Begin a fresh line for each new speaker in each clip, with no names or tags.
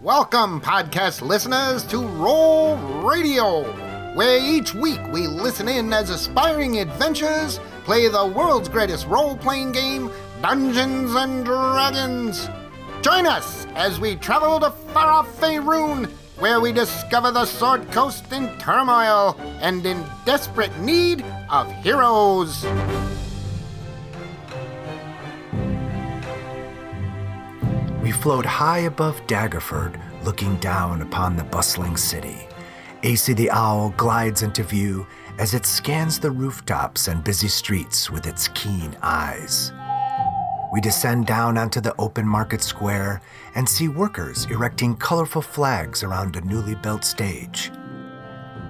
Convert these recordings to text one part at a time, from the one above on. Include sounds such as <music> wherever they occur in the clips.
Welcome, podcast listeners, to Roll Radio, where each week we listen in as aspiring adventurers play the world's greatest role playing game, Dungeons and Dragons. Join us as we travel to far off Faerun, where we discover the Sword Coast in turmoil and in desperate need of heroes.
We float high above Daggerford, looking down upon the bustling city. AC the Owl glides into view as it scans the rooftops and busy streets with its keen eyes. We descend down onto the open market square and see workers erecting colorful flags around a newly built stage.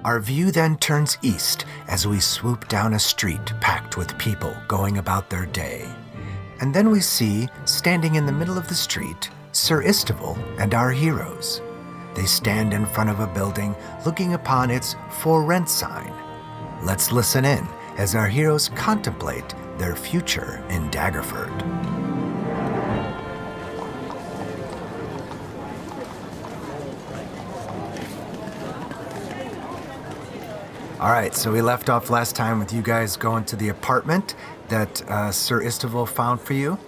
Our view then turns east as we swoop down a street packed with people going about their day. And then we see, standing in the middle of the street, Sir Istival and our heroes. They stand in front of a building looking upon its for rent sign. Let's listen in as our heroes contemplate their future in Daggerford. All right, so we left off last time with you guys going to the apartment that uh, Sir Istival found for you.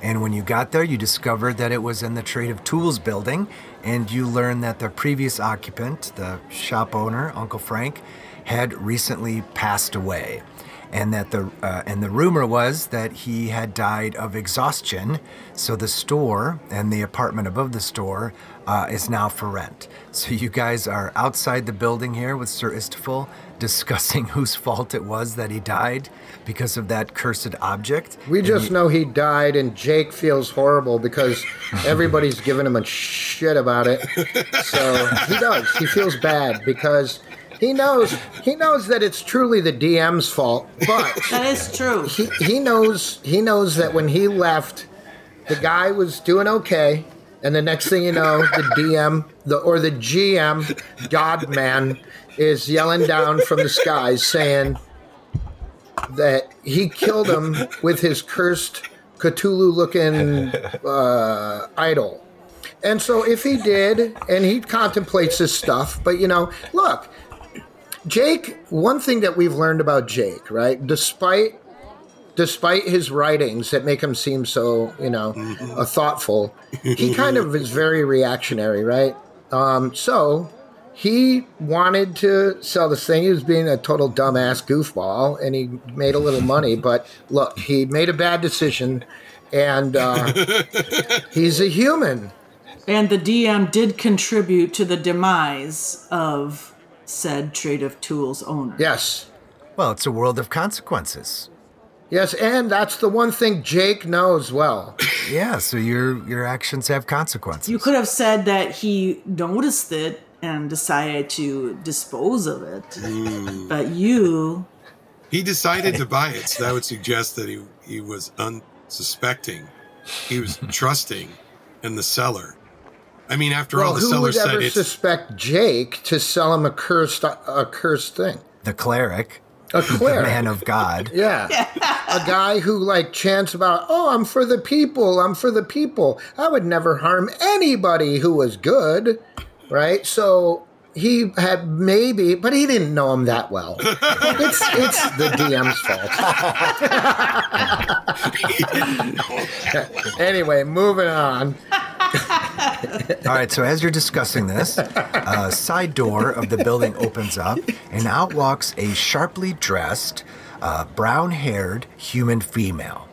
And when you got there, you discovered that it was in the Trade of Tools building, and you learned that the previous occupant, the shop owner, Uncle Frank, had recently passed away. And that the uh, and the rumor was that he had died of exhaustion, so the store and the apartment above the store uh, is now for rent. So you guys are outside the building here with Sir Istafel discussing <laughs> whose fault it was that he died because of that cursed object.
We just know he died, and Jake feels
<laughs>
horrible because everybody's giving him a shit about it. So he does. He feels bad because he knows he knows that it's truly the DM's fault. But
That is true.
he, he knows he knows that when he left, the guy was doing okay, and the next thing you know, the DM the or the GM God man is yelling down from the skies saying that he killed him with his cursed Cthulhu looking uh, idol. And so if he did, and he contemplates this stuff, but you know, look, Jake, one thing that we've learned about Jake, right? Despite despite his writings that make him seem so, you know, uh, thoughtful, he kind of is very reactionary, right? Um, so he wanted to sell this thing. He was being a total dumbass goofball, and he made a little money. But look, he made a bad decision, and
<laughs>
uh, he's a human.
And the DM did contribute to the demise of said Trade of Tools owner.
Yes,
Well, it's a world of consequences.
yes, and that's the one thing Jake knows well.
Yeah, so your your actions have consequences.
You could have said that he noticed it and decided to dispose of it. But you,
He decided to buy it, so that would suggest that he, he was unsuspecting. He was trusting in the seller. I mean, after all,
Well,
the
who
seller
would
said
ever
it's
suspect Jake to sell him a cursed a cursed thing?
the cleric,
A cleric.
man of God.
Yeah. a guy who like chants about, oh, I'm for the people, I'm for the people. I would never harm anybody who was good, right? So he had maybe, but he didn't know him that well. it's, it's the DM's fault. anyway, moving on.
All right, so as you're discussing this, a side door of the building opens up, and out walks a sharply dressed, uh, brown haired human female.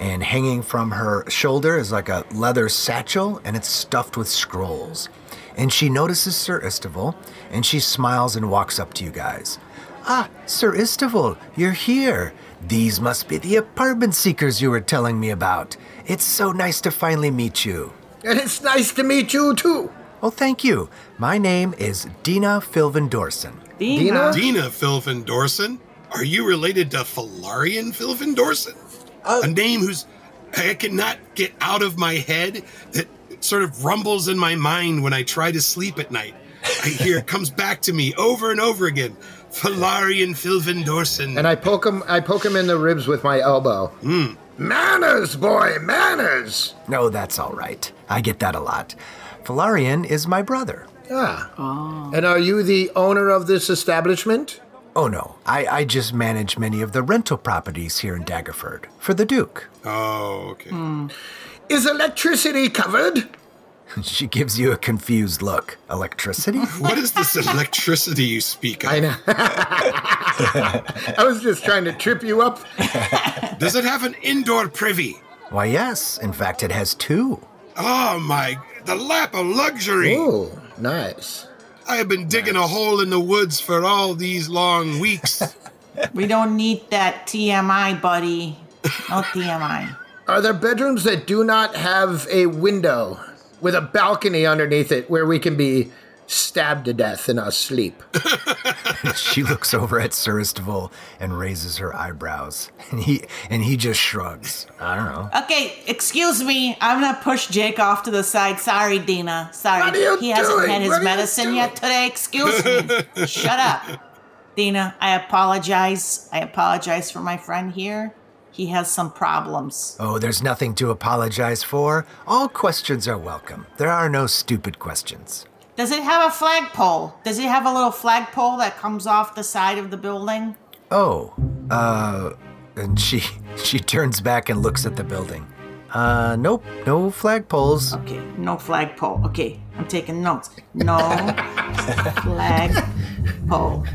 And hanging from her shoulder is like a leather satchel, and it's stuffed with scrolls. And she notices Sir Istival, and she smiles and walks up to you guys. Ah, Sir Istival, you're here. These must be the apartment seekers you were telling me about. It's so nice to finally meet you.
And it's nice to meet you too.
Oh, thank you. My name is Dina Filvendorsen.
Dina?
Dina,
Dina Philvin Dorson. Are you related to Falarian Philvin Dorson?
Uh,
a name whose I cannot get out of my head that sort of rumbles in my mind when I try to sleep at night. I hear it comes back to me over and over again. Falarian Philvin Dorson.
And I poke him I poke him in the ribs with my elbow. Manners, boy, manners.
No, that's all right. I get that a lot. Valarian is my brother.
Ah.
Oh.
And are you the owner of this establishment?
Oh no, I, I just manage many of the rental properties here in Daggerford for the Duke. <laughs>
Oh, okay.
Hmm. Is electricity covered?
she gives you a confused look. Electricity?
What is this electricity you speak of?
I know. <laughs> I was just trying to trip you up.
Does it have an indoor privy?
Why, yes. In fact, it has two. <laughs>
Oh my, the lap of luxury.
Oh, nice.
I have been digging a hole in the woods for all these
<laughs>
long weeks.
We don't need that TMI, buddy. No TMI.
Are there bedrooms that do not have a window with a balcony underneath it where we can be stabbed to death in our sleep?
She looks over at Suristival and raises her eyebrows. <laughs> And he and he just shrugs. I don't know.
Okay, excuse me. I'm gonna push Jake off to the side. Sorry, Dina. Sorry.
What are you
he hasn't
doing?
had his
What are you
medicine yet today. Excuse
<laughs>
me. Shut up. Dina, I apologize. I apologize for my friend here. He has some problems.
Oh, there's nothing to apologize for. All questions are welcome. There are no stupid questions.
Does it have a flagpole? Does it have a little flagpole that comes off the side of the building?
Oh, uh, and she <laughs> she turns back and looks at the building. Uh, nope, no flagpoles. <laughs>
Okay, no flagpole. Okay, I'm taking notes.
<laughs>
No flagpole.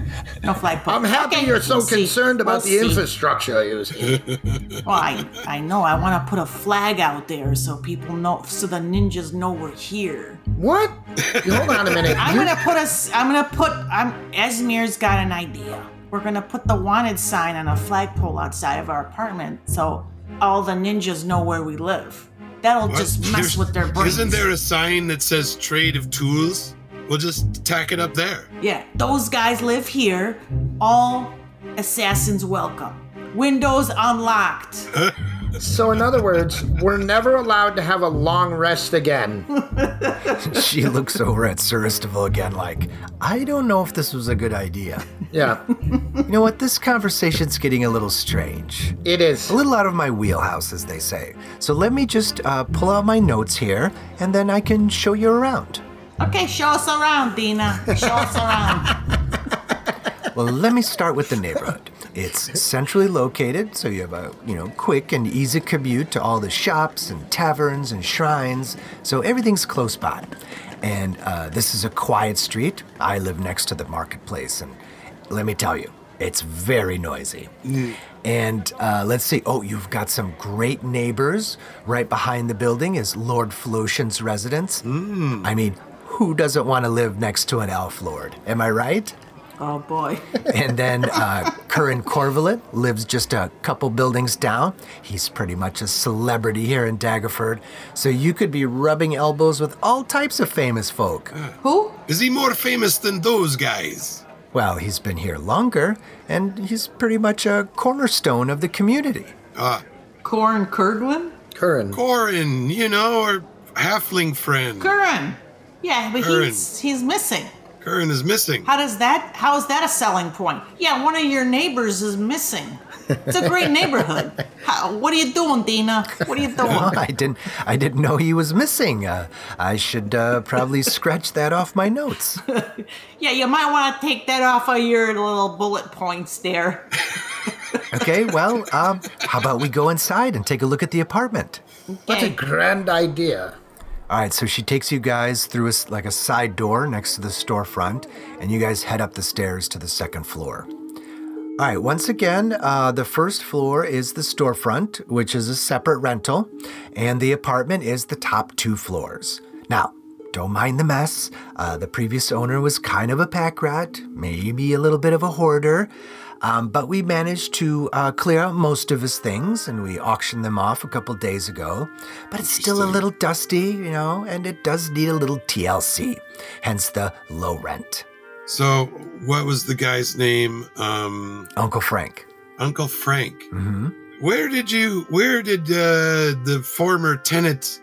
No flagpole.
I'm happy
Okay,
you're so
we'll see.
concerned about the
We'll see.
infrastructure used.
Well, I, I know. I want to put a flag out there so people know, so the ninjas know we're here.
What? You- Hold on a
<laughs>
minute.
I'm
You-
gonna put us. I'm gonna put. I'm. Esmir's got an idea. We're gonna put the wanted sign on a flagpole outside of our apartment, so all the ninjas know where we live. That'll just mess
There's-
with their brains.
Isn't there a sign that says trade of tools? We'll just tack it up there.
Yeah, those guys live here. All assassins welcome. Windows unlocked.
So, in other words, we're never allowed to have a long rest again.
She looks over at Suristival again, like, I don't know if this was a good idea.
Yeah,
You know what? This conversation's getting a little strange.
it is.
A little out of my wheelhouse, as they say. So let me just uh, pull out my notes here, and then I can show you around.
Okay, show us around, Dina. Show us
<laughs>
around.
Well, let me start with the neighborhood. It's centrally located, so you have a you know quick and easy commute to all the shops and taverns and shrines. So everything's close by, and uh, this is a quiet street. I live next to the marketplace, and let me tell you, it's very noisy. And uh, let's see. Oh, you've got some great neighbors. Right behind the building is Lord Flotian's residence. I mean, who doesn't want to live next to an elf lord? Am I right?
Oh boy.
And then uh, Curran Corvalet lives just a couple buildings down. He's pretty much a celebrity here in Daggerford, so you could be rubbing elbows with all types of famous folk.
Who?
Is he more famous than those guys?
Well, he's been here longer, and he's pretty much a cornerstone of the community. <laughs>
Corin Kurglin?
Curran.
Corin, you know, our halfling friend.
Curran. Yeah, but
Curran.
he's he's missing.
Corin is missing.
How does that how is that a selling point? Yeah, one of your neighbors is missing. It's a great
<laughs>
neighborhood. How, what are you doing, Dina? What are you doing?
I didn't, I didn't know he was missing. Uh, I should uh, probably scratch that off my notes.
Yeah, you might want to take that off of your little bullet points there.
<laughs>
Okay, well, um, how about we go inside and take a look at the apartment?
That's a
Okay.
grand idea.
All right, so she takes you guys through a, s- like a side door next to the storefront, and you guys head up the stairs to the second floor. All right, once again, uh, the first floor is the storefront, which is a separate rental, and the apartment is the top two floors. Now, don't mind the mess. Uh, the previous owner was kind of a pack rat, maybe a little bit of a hoarder, um, but we managed to uh, clear out most of his things and we auctioned them off a couple days ago. But it's still a little dusty, you know, and it does need a little TLC, hence the low rent.
So, what was the guy's name? Um,
Uncle Frank.
Uncle Frank.
hmm.
Where did you? Where did uh, the former tenant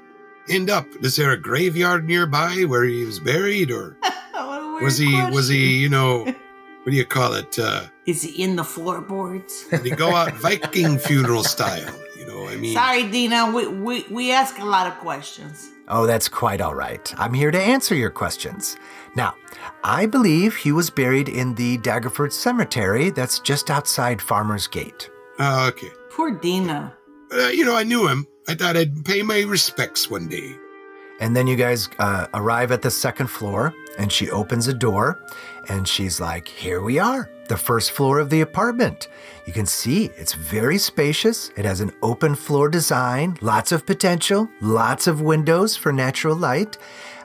end up? Is there a graveyard nearby where he was buried, or
Oh, What a weird
was he? Was
question.
he? You know, what do you call it? Uh,
Is he in the
<laughs>
floorboards?
did he go out Viking funeral style? You know, I mean,
Sorry, Dina. We, we we ask a lot of questions.
Oh, that's quite all right. I'm here to answer your questions. Now, I believe he was buried in the Daggerford Cemetery that's just outside Farmer's Gate.
Uh, okay.
Poor Dina.
Uh, you know, I knew him. I thought I'd pay my respects one day.
And then you guys uh, arrive at the second floor, and she opens a door, and she's like, Here we are, the first floor of the apartment. You can see it's very spacious. It has an open floor design, lots of potential, lots of windows for natural light.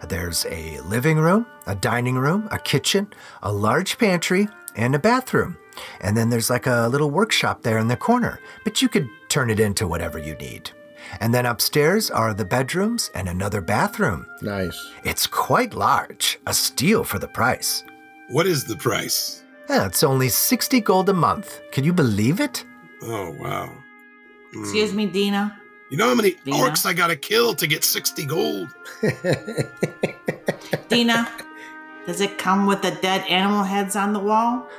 There's a living room, a dining room, a kitchen, a large pantry, and a bathroom. And then there's like a little workshop there in the corner, but you could turn it into whatever you need. And then upstairs are the bedrooms and another bathroom.
Nice.
It's quite large, a steal for the price.
What is the price?
Yeah, it's only 60 gold a month. Can you believe it? <laughs>
Oh, wow. Mm.
Excuse me, Dina.
You know how many
Dina?
orcs I gotta kill to get 60 gold? <laughs>
Dina, does it come with the dead animal heads on the wall?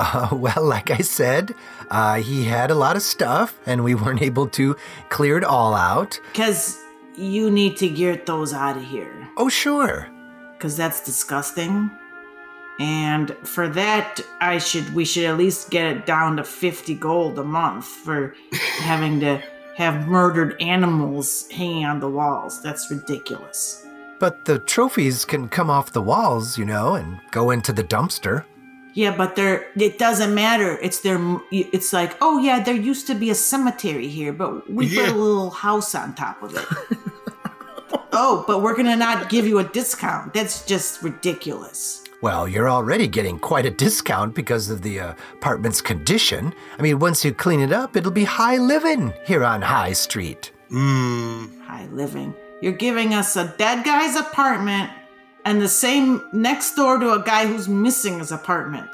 Uh, well, like I said, uh, he had a lot of stuff, and we weren't able to clear it all out.
Because you need to get those out of here.
Oh, sure.
Because that's disgusting. And for that, I should we should at least get it down to 50 gold a month for having to have murdered animals hanging on the walls. That's ridiculous.
But the trophies can come off the walls, you know, and go into the dumpster.
Yeah, but they're it doesn't matter. It's their it's like, oh yeah, there used to be a cemetery here, but we put
Yeah.
a little house on top of it. oh, but we're gonna not give you a discount. That's just ridiculous.
Well, you're already getting quite a discount because of the uh, apartment's condition. I mean, once you clean it up, it'll be high living here on High Street.
Hmm.
High living. You're giving us a dead guy's apartment and the same next door to a guy who's missing his apartment.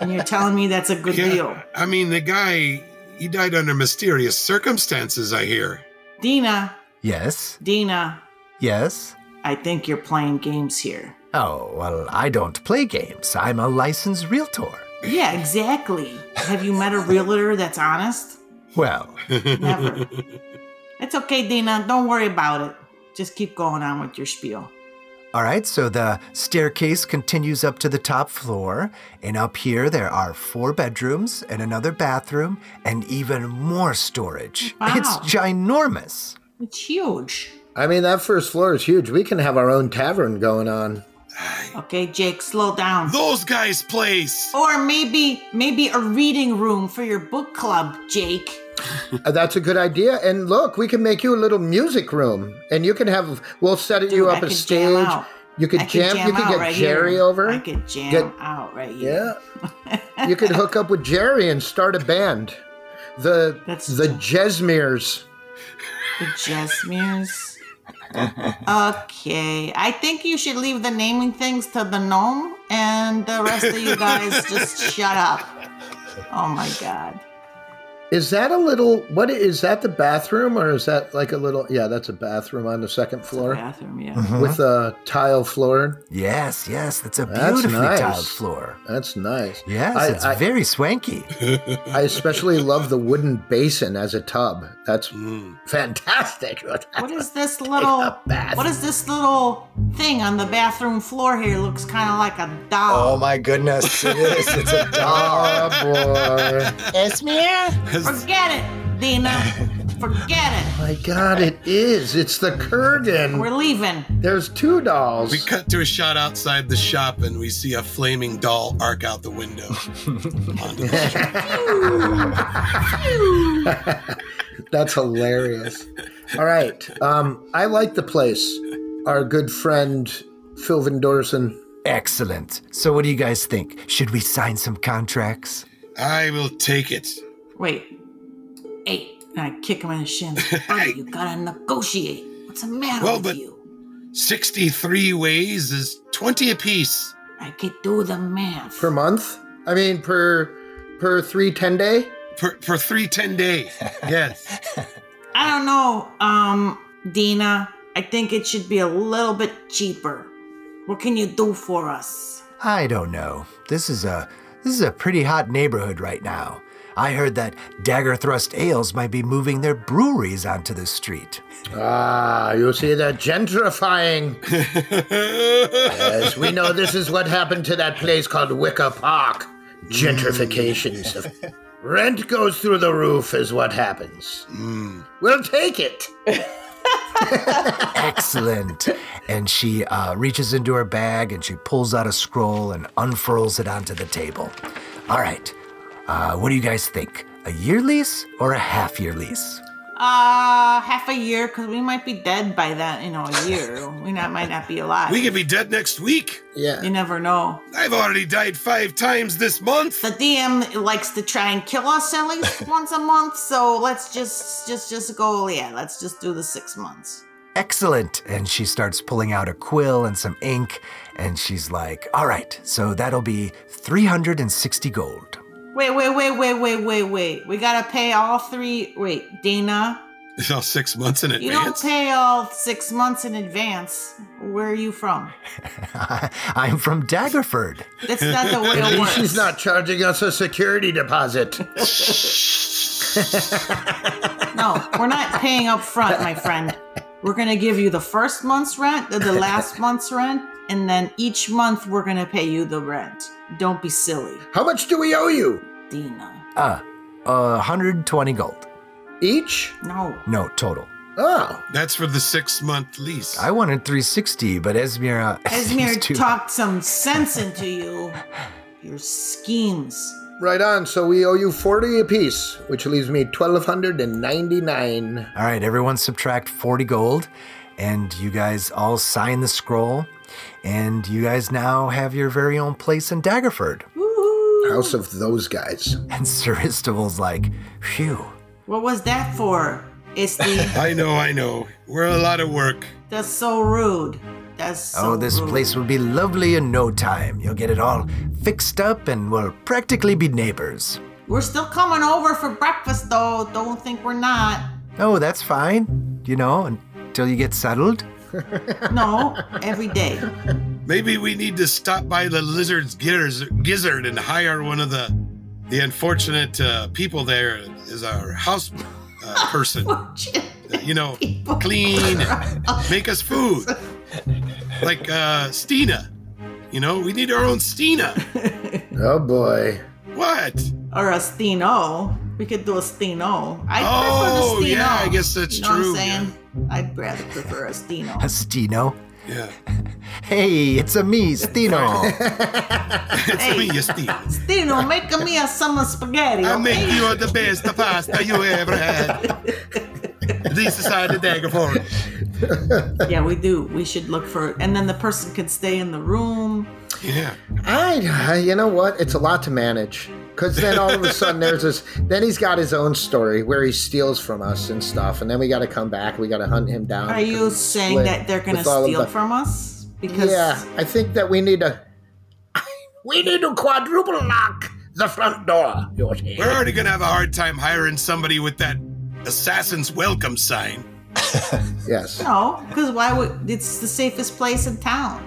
And you're telling me that's a good deal.
I mean, the guy, he died under mysterious circumstances, I hear.
Dina,
Yes,
Dina,
yes.
I think you're playing games here.
Oh, well, I don't play games. I'm a licensed realtor.
Yeah, exactly. Have you met a realtor that's honest?
Well,
Never. it's okay, Dina. Don't worry about it. Just keep going on with your spiel.
All right, so the staircase continues up to the top floor, and up here there are four bedrooms and another bathroom and even more storage.
Wow.
It's ginormous.
It's huge.
I mean, that first floor is huge. We can have our own tavern going on.
Okay, Jake, slow down.
Those guys' place.
Or maybe, maybe a reading room for your book club, Jake.
Uh, That's a good idea. And look, we can make you a little music room, and you can have. We'll set it you
Dude, I
up a
could
stage.
jam out.
You could
I could
jam. You could
out
get
right
Jerry
here.
over.
I could jam
Get-
out right here.
yeah. you
<laughs>
could hook up with Jerry and start a band. The
That's
the Jesmeres.
The Jasmines. okay, I think you should leave the naming things to the gnome, and the rest of
<laughs>
you guys just shut up. Oh my god.
Is that a little? What i- is that? The bathroom, or is that like a little? Yeah, that's a bathroom on the second floor
Bathroom, yeah.
with a tile floor.
Yes, yes, that's a
That's
beautifully
nice.
tiled floor.
That's nice.
Yes,
I,
it's
I,
very swanky.
I especially love the wooden basin as a tub. That's
Mm.
fantastic. <laughs>
What is this little?
bath.
What is this little thing on the bathroom floor here? Looks kind of like a doll.
<laughs> Oh my goodness, it is. It's a doll.
Oh boy! Oh.
Forget it, Dina.
<laughs>
Forget it.
My God, it is. It's the curtain.
We're leaving.
There's two dolls.
We cut to a shot outside the shop and we see a flaming doll arc out the window. Onto the street.
That's hilarious. All right. Um, I like the place. Our good friend Phil Van Dorsen.
<laughs> Excellent. So, what do you guys think? Should we sign some contracts?
I will take it.
Wait. Hey, and I kick him in the
<laughs>
shin. Buddy, you gotta negotiate. What's the matter
Well,
with
but-
you?
63 ways is 20 apiece.
I can do the math.
per month i mean per per three ten day
For, for three ten days. Yes.
I don't know, um, Dina. I think it should be a little bit cheaper. What can you do for us?
I don't know. This is a this is a pretty hot neighborhood right now. I heard that Dagger Thrust Ales might be moving their breweries onto the street.
Ah, you see that gentrifying. yes, we know this is what happened to that place called Wicker Park. Gentrifications of rent goes through the roof is what happens. We'll take it.
<laughs> Excellent. and she uh, reaches into her bag and she pulls out a scroll and unfurls it onto the table. All right. Uh, what do you guys think? A year lease or a half year lease?
Uh, half a year because we might be dead by that. You know, a
<laughs>
year. we not might not be alive.
We could be dead next week.
Yeah.
you never know.
I've already died five times this month.
The DM likes to try and kill us at
<laughs>
least once a month, so let's just just just go. Yeah, let's just do the six months.
Excellent. And she starts pulling out a quill and some ink. And she's like, all right, so that'll be 360 gold. <laughs>
Wait, wait, wait, wait, wait, wait, wait. We gotta pay all three. Wait, Dana,
It's all six months in
you
advance.
don't pay all six months in advance. Where are you from?
I'm from Daggerford.
That's not the way
At <laughs> least
it works.
she's not charging us a security deposit.
No, we're not paying up front, my friend. We're gonna give you the first month's rent, the, the last month's rent, and then each month we're gonna pay you the rent. Don't be silly,
How much do we owe you?
Dina.
Uh, uh, 120 gold.
Each?
No.
No, total.
Oh.
That's for the six month lease.
I wanted 360, but Esmir. <laughs> Uh,
Esmir
too-
talked some sense into you. Your schemes.
Right on. So we owe you 40 apiece, which leaves me 1299
All right, everyone subtract 40 gold, and you guys all sign the scroll, and you guys now have your very own place in Daggerford.
House of those guys.
And Sir Istival's like, phew,
What was that for?
<laughs>
It's the
I know, I know. We're a lot of work.
that's so rude. That's so
oh, this
rude.
place will be lovely in no time. You'll get it all fixed up, and we'll practically be neighbors.
We're still coming over for breakfast though. Don't think we're not.
Oh, that's fine, you know, until you get settled.
No, every day. <laughs>
Maybe we need to stop by the lizard's giz- gizzard and hire one of the the unfortunate uh, people there as our house uh, person. you know, clean, and make us food. Like uh, Stina. You know, we need our own Stina.
Oh boy.
What?
or a Steno. We could do a Steno. I
Oh,
prefer the Steno.
yeah, I guess that's
you know
true,
What I'm saying? I'd rather prefer a Steno.
Stino.
Yeah. <laughs>
Hey, it's a me,
<laughs>
Stino.
It's me, you Stina.
Steno, make me a summer spaghetti.
I
okay?
make you the best pasta you ever had. This is how the dagger for
Yeah, we do. We should look for, and then the person could stay in the room.
Yeah.
I, you know what? It's a lot to manage. Because then all of a sudden there's this. Then he's got his own story where he steals from us and stuff. And then we got to come back. We got to hunt him down.
Are you saying
split
that they're gonna
with all of
steal
the-
from us? Because
Yeah, I think that we need to. <laughs> we need to quadruple lock the front door. You see.
We're already gonna have a hard time hiring somebody with that assassin's welcome sign.
Yes.
no, because why would? It's the safest place
<laughs>
in town.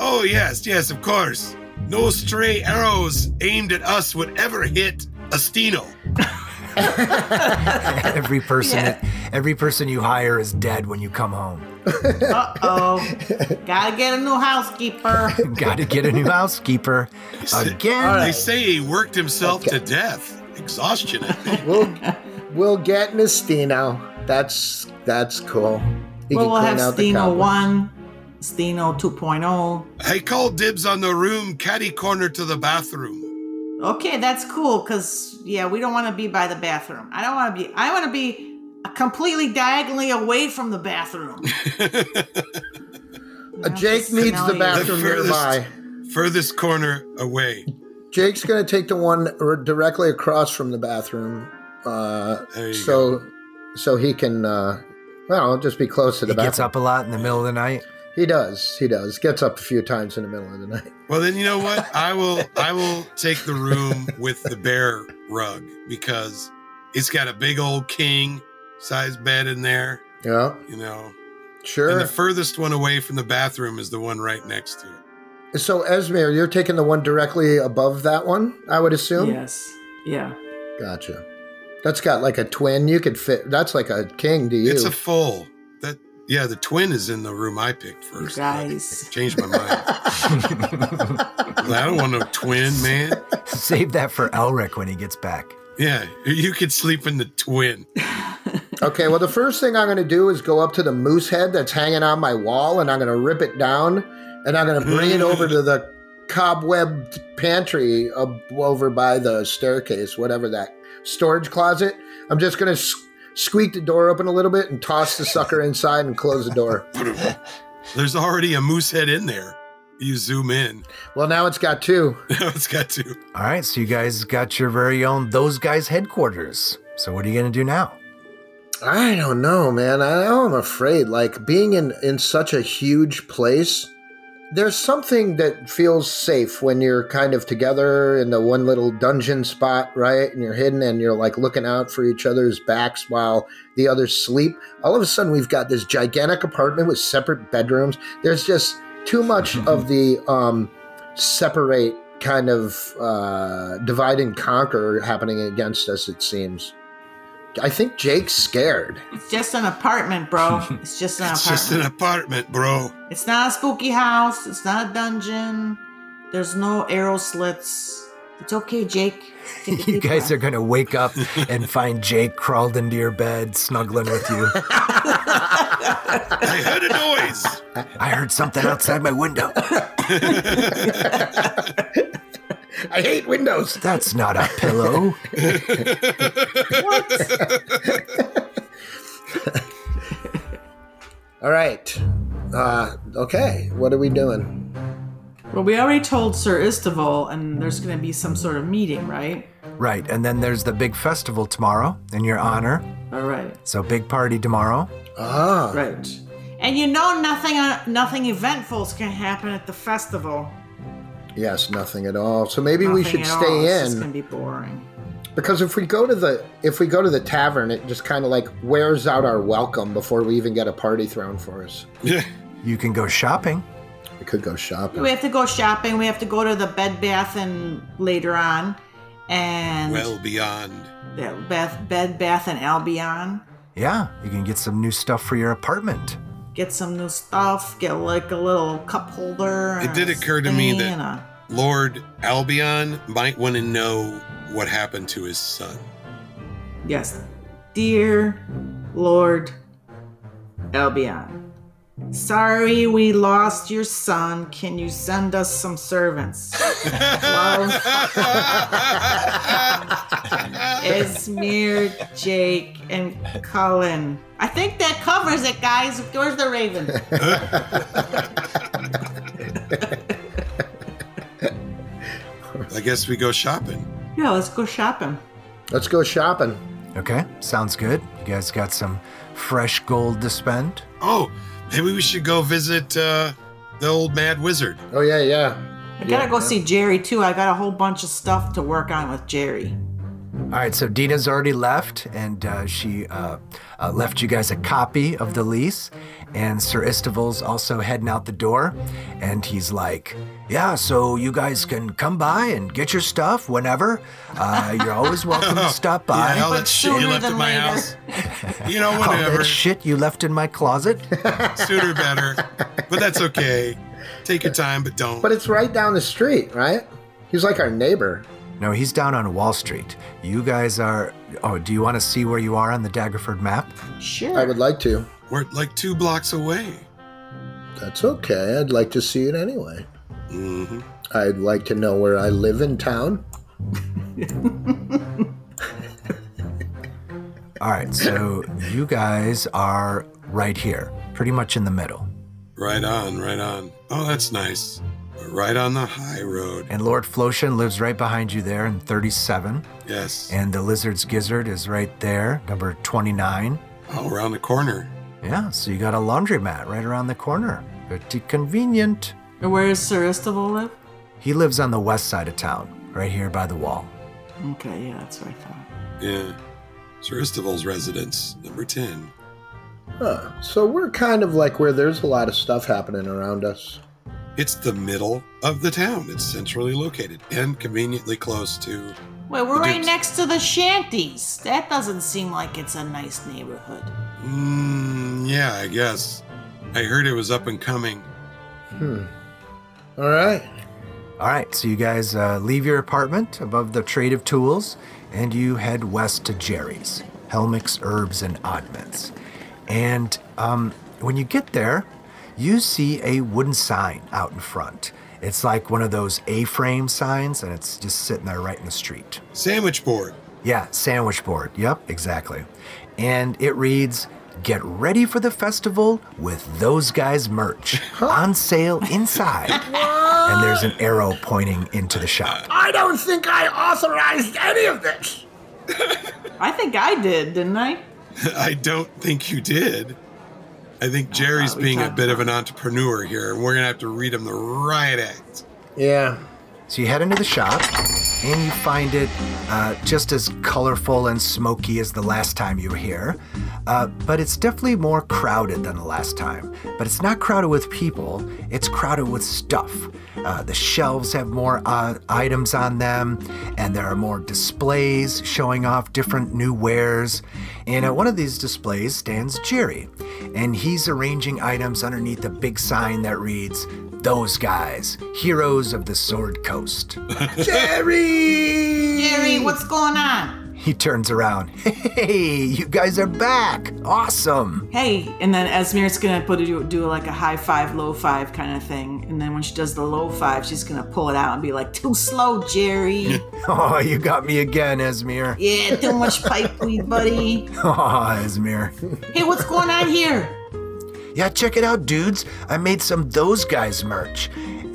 Oh yes, yes, of course. No stray arrows aimed at us would ever hit Astino.
every person,
Yeah.
every person you hire is dead when you come home.
Uh oh, gotta get a new housekeeper.
Got to get a new
<laughs>
housekeeper again.
They say he worked himself to death. Exhaustion,
<laughs>
I think.
We'll we'll get Nestino. That's that's cool. <laughs> He
well, we'll have
the
Steno
cobwebs.
one, Steno oh. 2.0.
I call dibs on the room caddy corner to the bathroom.
Okay, that's cool. Cause yeah, we don't want to be by the bathroom. I don't want to be. I want to be completely diagonally away from the
<laughs>
bathroom.
Uh, Jake needs
Smell
the
you.
bathroom
The furthest-
nearby.
Furthest corner away.
Jake's gonna take the one r- directly across from the bathroom, uh,
There you
so so he can uh, well just be close to the
He gets
bathroom.
up a lot in the middle of the night. <laughs>
He does. He does. Gets up a few times in the middle of the <laughs> night.
Well, then you know what? I will. I will take the room with the bear rug because it's got a big old king size bed in there.
Yeah,
You know, and
sure.
the furthest one away from the bathroom is the one right next to it.
So, Esmir, you're taking the one directly above that one, I would assume.
Yes. Yeah.
Gotcha. That's got like a twin. You could fit. That's like a king to you.
It's a full. That yeah, the twin is in the room I picked first.
guys.
Changed my mind. I don't want no twin, man.
Save that for Elric when he gets back.
Yeah, you could sleep in the twin.
Okay, well, the first thing I'm going to do is go up to the moose head that's hanging on my wall and I'm going to rip it down and I'm going to bring it over to the cobweb pantry up over by the staircase, whatever that storage closet. I'm just going to s- squeak the door open a little bit and toss the sucker inside and close the door.
There's already a moose head in there. You zoom in. <laughs>
Well, now it's got two.
Now it's got to.
All right, so you guys got your very own those guys headquarters. So what are you gonna do now?
I don't know, man. I, I'm afraid. Like being in in such a huge place, there's something that feels safe when you're kind of together in the one little dungeon spot, right? And you're hidden and you're like looking out for each other's backs while the others sleep. All of a sudden, we've got this gigantic apartment with separate bedrooms. There's just too much of the um, separate kind of uh, divide and conquer happening against us. It seems. I think Jake's scared.
It's just an apartment,
<laughs>
bro. It's just an apartment.
It's just an apartment, bro.
It's not a spooky house. It's not a dungeon. There's no arrow slits. It's okay, Jake. Take a
<laughs> You
deep
guys are
breath.
gonna wake up and find Jake crawled into your bed, snuggling with you.
I heard a noise. <laughs>
I heard something outside my window.
I hate windows.
That's not a pillow.
All right. Uh, okay. What are we doing?
Well, we already told Sir Istival, and there's going to be some sort of meeting, right?
Right, and then there's the big festival tomorrow in your honor.
All right,
So big party tomorrow.
Ah,
right. And you know, nothing, uh, nothing eventful is going to happen at the festival.
yes, nothing at all. So maybe we
Nothing
should
at all. It's
stay
just
in
going to be boring.
because if we go to the if we go to the tavern, it just kind of like wears out our welcome before we even get a party thrown for us.
Yeah.
You can go shopping.
We could go shopping.
We have to go shopping. We have to go to the Bed Bath and later on, and
Well beyond.
the Bath Bed Bath and Albion.
Yeah, you can get some new stuff for your apartment.
get some new stuff, get like a little cup holder.
It
and
did
a
occur to me
thingy
that-
and a-
Lord Albion might want to know what happened to his son.
yes, dear Lord Albion, sorry we lost your son. Can you send us some servants?
<laughs>
Love, Esmir, Jake, and Cullen. I think that covers it, guys. Where's the
<laughs>
raven?
I guess we go shopping.
Yeah, let's go shopping.
Let's go shopping.
Okay, sounds good. You guys got some fresh gold to spend.
Oh, maybe we should go visit uh, the old mad wizard.
Oh yeah, yeah.
I gotta go see Jerry too. I got a whole bunch of stuff to work on with Jerry.
All right, so Dina's already left, and uh, she uh, uh, left you guys a copy of the lease. And Sir Istival's also heading out the door, and he's like, "Yeah, so you guys can come by and get your stuff whenever. Uh, you're always welcome
<laughs>
to stop by."
Oh, Yeah, all
But
that shit you
sooner
left
than
at my
later.
house. You know,
All
whatever.
that <laughs> shit you left in my closet.
Sooner better. But that's okay. Take your time, but don't.
But it's right down the street, right? He's like our neighbor.
no, he's down on Wall Street. You guys are. Oh, do you want to see where you are on the Daggerford map?
Sure.
I would like to.
We're like two blocks away.
That's okay. I'd like to see it anyway.
hmm
I'd like to know where I live in town.
All right, so you guys are right here, pretty much in the middle.
Right on, right on. Oh, that's nice. We're right on the high road.
And Lord Floshin lives right behind you there in 37.
Yes.
And the Lizard's Gizzard is right there, number 29.
Oh, around the corner.
Yeah, so you got a laundromat right around the corner. Pretty convenient.
And where does Sir Istival live?
He lives on the west side of town, right here by the wall.
Okay, yeah, that's what I thought.
Yeah. Sir Istival's residence, number 10.
Huh. So we're kind of like where there's a lot of stuff happening around us.
It's the middle of the town. It's centrally located and conveniently close to.
Wait, we're
The
right
Dukes.
next to the shanties. That doesn't seem like it's a nice neighborhood.
Mm, yeah, I guess. I heard it was up and coming.
All right.
All right, so you guys uh, leave your apartment above the Trade of Tools and you head west to Jerry's, Helmick's Herbs and Oddments. And um, when you get there, you see a wooden sign out in front. It's like one of those A frame signs, and it's just sitting there right in the street.
Sandwich board. <laughs>
Yeah, sandwich board. Yep, exactly. And it reads Get ready for the festival with those guys' merch on sale inside. and there's an arrow pointing into the shop.
I don't think I authorized any of this.
I think I did, didn't I?
I don't think you did. I think Jerry's
Oh, we
being a
talked
bit of an entrepreneur here, and we're going to have to read him the riot act.
Yeah.
So you head into the shop and you find it uh, just as colorful and smoky as the last time you were here. Uh, but it's definitely more crowded than the last time. But it's not crowded with people, it's crowded with stuff. Uh, the shelves have more uh, items on them, and there are more displays showing off different new wares. And at one of these displays stands Jerry, and he's arranging items underneath a big sign that reads, Those guys, heroes of the Sword Coast.
Jerry!
Jerry, what's going on?
He turns around. <laughs> Hey, you guys are back! Awesome! <laughs>
Hey, and then Esmir's gonna put do, do like a high five, low five kind of thing. And then when she does the low five, she's gonna pull it out and be like, "Too slow,
<laughs>
Jerry.
Oh, you got me again, <laughs> Esmir.
Yeah, too much pipe weed, buddy.
Oh, Esmir.
Hey, what's going on here?
Yeah, check it out, dudes. I made some those guys merch.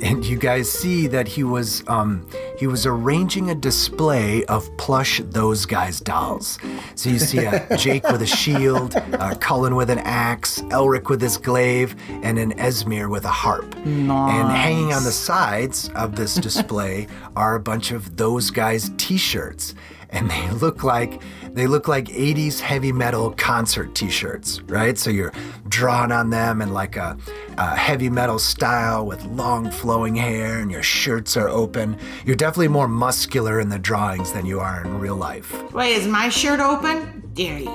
And you guys see that he was um he was arranging a display of plush those guys dolls. So you see a Jake with a shield, uh, Cullen with an axe, Elric with his glaive, and an Esmir with a harp. And hanging on the sides of this display are a bunch of those guys t-shirts. And they <laughs> look like they look like 80s heavy metal concert t-shirts, right? So you're drawn on them in like a, a heavy metal style with long flowing hair and your shirts are open. You're definitely more muscular in the drawings than you are in real life.
Wait, is my shirt open? Jerry.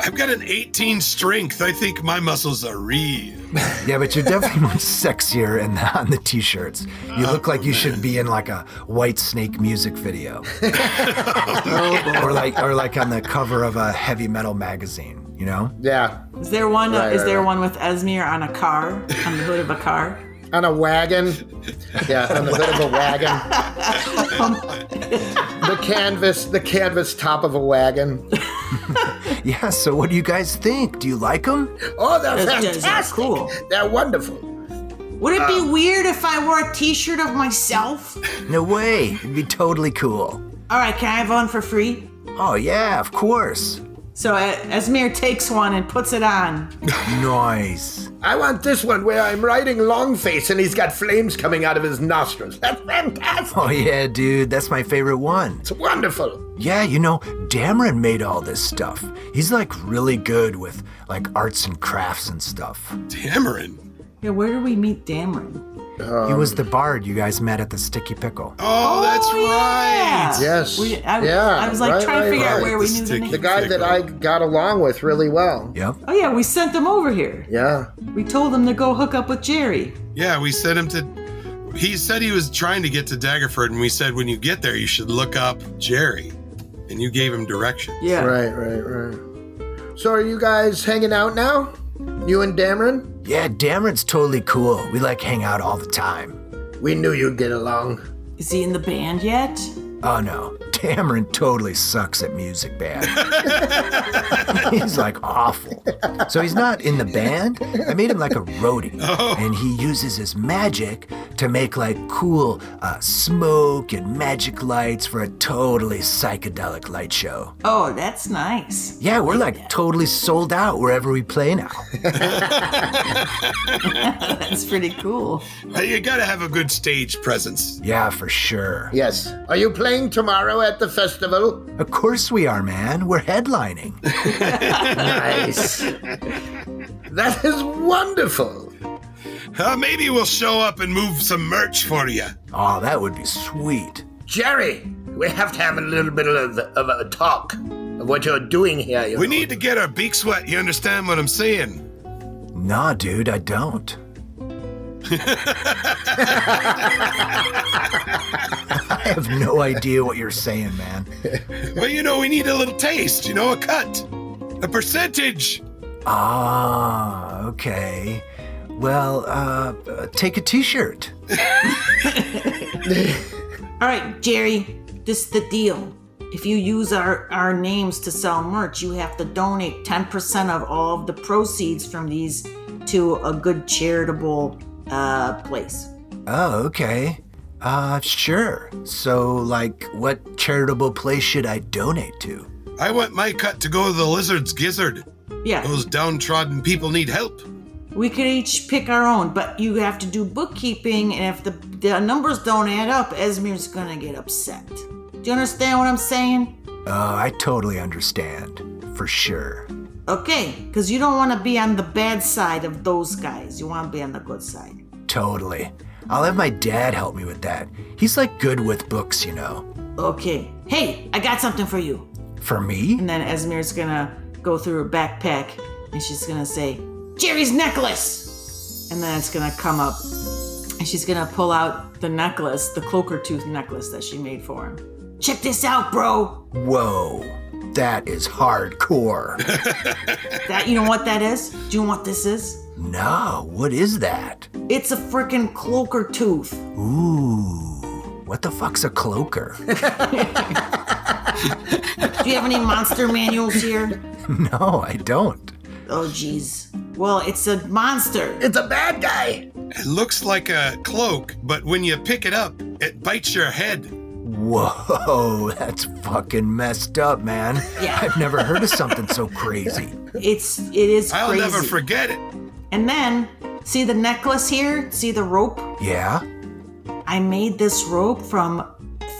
I've got an 18 strength. I think my muscles are <laughs> real.
Yeah, but you're definitely much sexier in the, on the t-shirts. You look like you should be in like a White Snake music video, or like or like on the cover of a heavy metal magazine. You know?
Yeah.
Is there one?
Right,
is
right,
there
right.
one with Esmir on a car, on the hood of a car?
On a wagon. Yeah, on the hood of a wagon. the canvas, the canvas top of a wagon.
Yeah. So what do you guys think? Do you like them?
Oh, they're
Those guys are
fantastic.
cool.
They're wonderful.
Would it
Um,
be weird if I wore a T-shirt of myself?
No way. It'd be totally cool.
All right, can I have one for free?
Oh yeah, of course.
So uh, Esmir takes one and puts it on.
Nice.
I want this one where I'm riding Longface and he's got flames coming out of his nostrils. That's fantastic.
Oh yeah, dude. That's my favorite one.
It's wonderful.
Yeah, you know, Dameron made all this stuff. He's like really good with like arts and crafts and stuff.
Tamarin.
Yeah, where do we meet Dameron?
He was the bard you guys met at the Sticky Pickle.
Oh, that's right.
Yeah.
Yes.
We, I,
Yeah,
I was like
right,
trying to
right,
figure out
right.
where we
The
knew the
stick-
name.
The guy that I got along with really well.
Yep.
oh yeah, we sent them over here.
Yeah.
We told them to go hook up with Jerry.
Yeah, we sent him to. He said he was trying to get to Daggerford, and we said when you get there, you should look up Jerry, and you gave him direction.
Yeah.
Right, right, right. So are you guys hanging out now? You and Dameron?
Yeah, Dameron's totally cool. We like hang out all the time.
We knew you'd get along.
Is he in the band yet?
Oh no, <laughs> Dameron totally sucks at music band. he's like awful. So he's not in the band. I made him like a roadie, and he uses his magic to make like cool uh, smoke and magic lights for a totally psychedelic light show.
Oh, that's nice. <laughs>
Yeah, we're like totally sold out wherever we play now.
That's pretty cool.
Uh, You gotta have a good stage presence.
Yeah, for sure.
Yes. Are you playing tomorrow at the festival?
Of course we are, man. We're headlining.
<laughs> Nice. that is wonderful.
Uh, maybe we'll show up and move some merch for you.
Oh, that would be sweet.
Jerry, we have to have a little bit of, of a talk of what you're doing here. you
We
know.
need to get our beaks wet. You understand what I'm saying?
Nah, dude, I don't. I have no idea what you're saying, man.
Well, you know, we need a little taste, you know, a cut, a percentage.
Ah, okay. Well, uh, uh, take a t shirt.
All right, Jerry, this is the deal. If you use our, our names to sell merch, you have to donate 10% of all of the proceeds from these to a good charitable uh, place.
Oh, okay. Uh, sure. So, like, what charitable place should I donate to?
I want my cut to go to the lizard's gizzard.
Yeah,
Those downtrodden people need help.
we could each pick our own, but you have to do bookkeeping, and if the, the numbers don't add up, Esmir's gonna get upset. Do you understand what I'm saying?
Oh, I totally understand. For sure.
Okay, because you don't want to be on the bad side of those guys. You want to be on the good side.
Totally. I'll have my dad help me with that. He's like good with books, you know.
Okay. Hey, I got something for you.
For me?
And then Esmir's gonna go through her backpack and she's gonna say, Jerry's necklace! And then it's gonna come up and she's gonna pull out the necklace, the cloaker tooth necklace that she made for him. Check this out, bro!
Whoa. That is hardcore.
That you know what that is? Do you know what this is?
no, what is that?
It's a freaking cloaker tooth.
Ooh. What the fuck's a cloaker? <laughs>
Do you have any monster manuals here?
no, I don't.
Oh jeez. Well, it's a monster.
It's a bad guy.
It looks like a cloak, but when you pick it up, it bites your head.
Whoa, that's fucking messed up, man.
Yeah.
I've never heard of something so crazy.
It's it is
I'll
crazy.
never forget it.
And then, see the necklace here? See the rope?
Yeah?
I made this rope from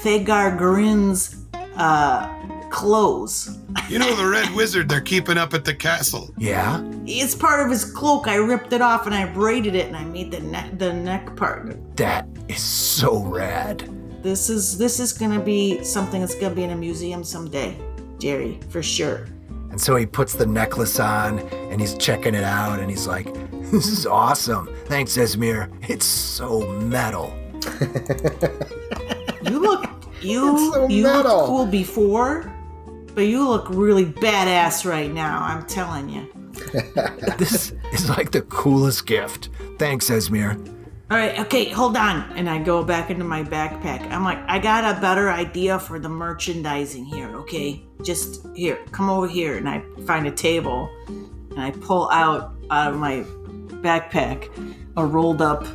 Fegar Grin's uh, clothes.
You know the red wizard they're keeping up at the castle.
Yeah?
It's part of his cloak. I ripped it off and I braided it and I made the neck the neck part.
That is so rad.
This is this is gonna be something that's gonna be in a museum someday, Jerry, for sure.
And so he puts the necklace on and he's checking it out and he's like, This is awesome. Thanks, Esmir. It's so metal.
You
<laughs>
look you
It's so
you
metal.
looked cool before, but you look really badass right now. I'm telling you.
This is like the coolest gift. Thanks, Esmir.
All right, okay, hold on. And I go back into my backpack. I'm like, I got a better idea for the merchandising here, okay? Just here, come over here. And I find a table and I pull out out of my backpack a rolled up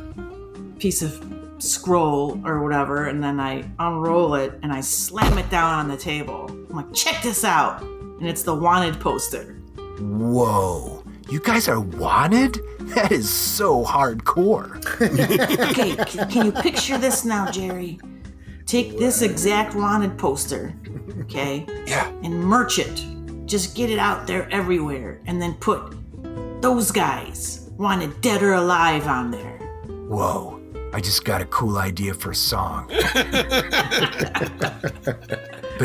piece of scroll or whatever. And then I unroll it and I slam it down on the table. I'm like, check this out. And it's the wanted poster.
Whoa. You guys are wanted? That is so hardcore.
Okay, c- can you picture this now, Jerry? Take this exact wanted poster, okay,
Yeah.
and merch it. Just get it out there everywhere, and then put those guys wanted dead or alive on there.
Whoa. I just got a cool idea for a song. but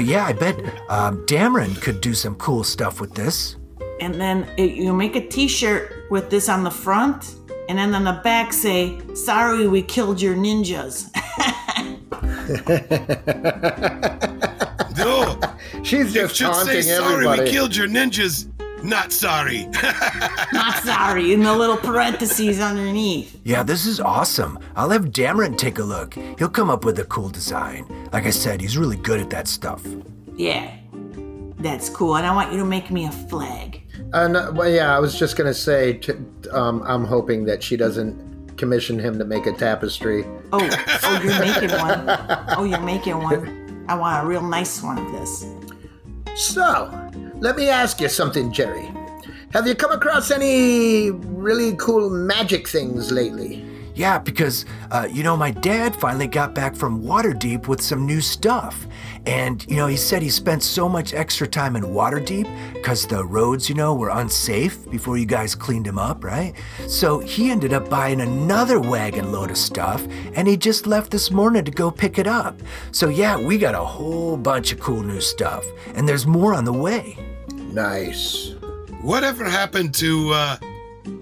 yeah, I bet um, Dameron could do some cool stuff with this.
And then it, you make a T-shirt with this on the front, and then on the back say, "Sorry, we killed your ninjas." <laughs>
No,
She's
it
just
should
taunting
say sorry
everybody.
we killed your ninjas. Not sorry. <laughs>
Not sorry, in the little parentheses underneath.
Yeah, this is awesome. I'll have Dameron take a look. He'll come up with a cool design. Like I said, he's really good at that stuff.
Yeah, that's cool. And I want you to make me a flag.
And, uh, well, yeah, I was just gonna say, t- um, I'm hoping that she doesn't commission him to make a tapestry.
Oh, oh, you're making one. Oh, you're making one. I want a real nice one of this.
So, let me ask you something, Jerry. Have you come across any really cool magic things lately?
Yeah, because, uh, you know, my dad finally got back from Waterdeep with some new stuff. And, you know, he said he spent so much extra time in Waterdeep because the roads, you know, were unsafe before you guys cleaned them up, right? So he ended up buying another wagon load of stuff and he just left this morning to go pick it up. So, yeah, we got a whole bunch of cool new stuff. And there's more on the way.
Nice.
Whatever happened to, uh,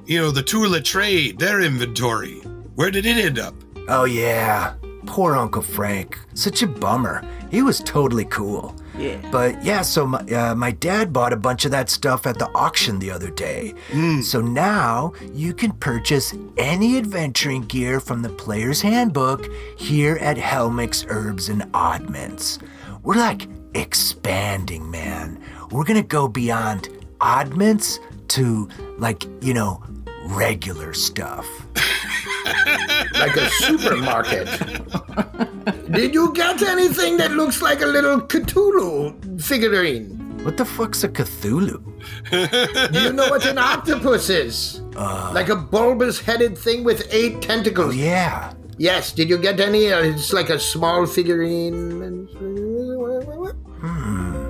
you know, the Tour Trade, their inventory? Where did it end up?
Oh, yeah. Poor Uncle Frank. Such a bummer. He was totally cool.
Yeah.
But yeah, so my, uh, my dad bought a bunch of that stuff at the auction the other day. So now you can purchase any adventuring gear from the Player's Handbook here at Helmix Herbs and Oddments. We're like expanding, man. We're gonna go beyond oddments to like, you know, regular stuff.
like a supermarket. Did you get anything that looks like a little Cthulhu figurine?
What the fuck's a Cthulhu?
Do you know what an octopus is? like a bulbous headed thing with eight tentacles.
Oh, Yeah.
Yes, did you get any? Uh, It's like a small figurine.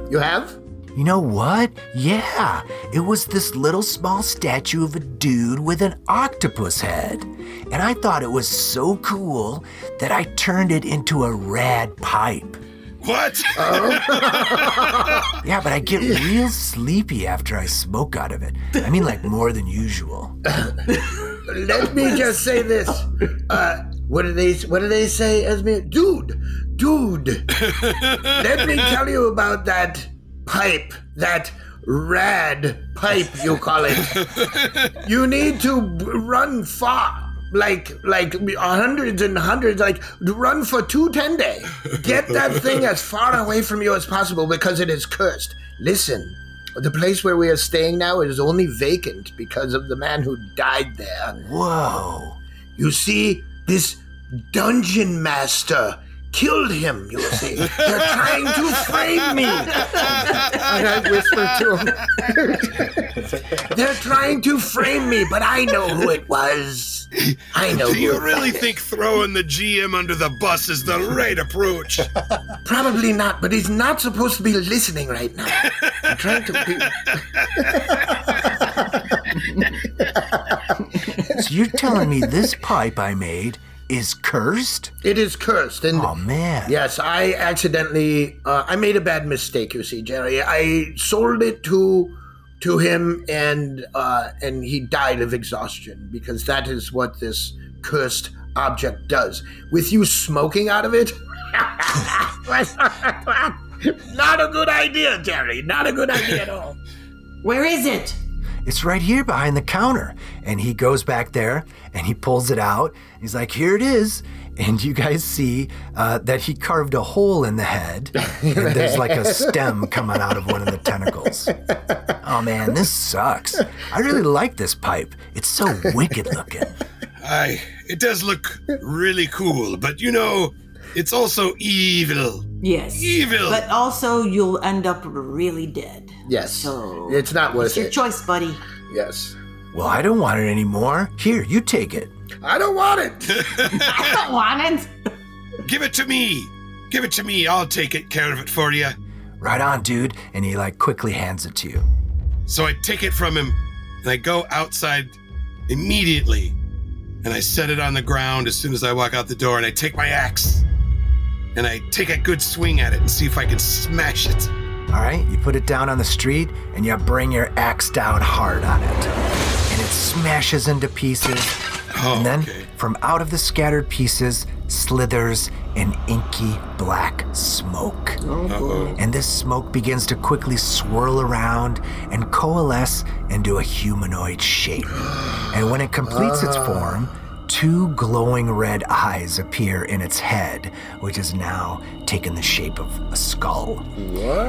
You have?
You know what? Yeah, it was this little small statue of a dude with an octopus head. And I thought it was so cool that I turned it into a rad pipe.
What?
Yeah, but I get real sleepy after I smoke out of it. I mean, like more than usual.
Let me just say this. Uh, what do they What do they say, Esme? Dude, dude. let me tell you about that pipe, that rad pipe you call it. you need to b- run far. Like, like hundreds and hundreds, like run for two ten day. Get that thing as far away from you as possible because it is cursed. Listen, the place where we are staying now is only vacant because of the man who died there.
Whoa.
You see, this dungeon master killed him, you see. They're trying to frame <laughs> me. And I whisper to him. <laughs> They're trying to frame me, but I know who it was. I know
<laughs> Do
who
you
it
really
was.
think throwing the GM under the bus is the right approach?
Probably not, but he's not supposed to be listening right now. I'm trying to be.
So you're telling me this pipe I made is cursed?
It is cursed, and
Oh, man.
Yes, I accidentally uh, I made a bad mistake. You see, Jerry, I sold it to to him, and uh, and he died of exhaustion because that is what this cursed object does. With you smoking out of it, <laughs> not a good idea, Jerry. Not a good idea at all.
Where is it?
It's right here behind the counter. And he goes back there and he pulls it out. He's like, here it is. And you guys see uh, that he carved a hole in the head. And there's like a stem coming out of one of the tentacles. Oh man, this sucks. I really like this pipe. It's so wicked looking.
I. It does look really cool, but you know, it's also evil.
Yes.
Evil.
But also, you'll end up really dead.
Yes,
So
it's not worth
It's your
it.
choice, buddy.
Yes,
Well, I don't want it anymore. Here, you take it.
I don't want it.
I don't want it.
Give it to me. Give it to me. I'll take it care of it for you.
Right on, dude. And he like quickly hands it to you.
So I take it from him and I go outside immediately and I set it on the ground as soon as I walk out the door and I take my axe and I take a good swing at it and see if I can smash it.
All right, you put it down on the street and you bring your axe down hard on it. And it smashes into pieces. and then
Oh, okay.
from out of the scattered pieces slithers an inky black smoke. And this smoke begins to quickly swirl around and coalesce into a humanoid shape. And when it completes its form, two glowing red eyes appear in its head, which has now taken the shape of a skull.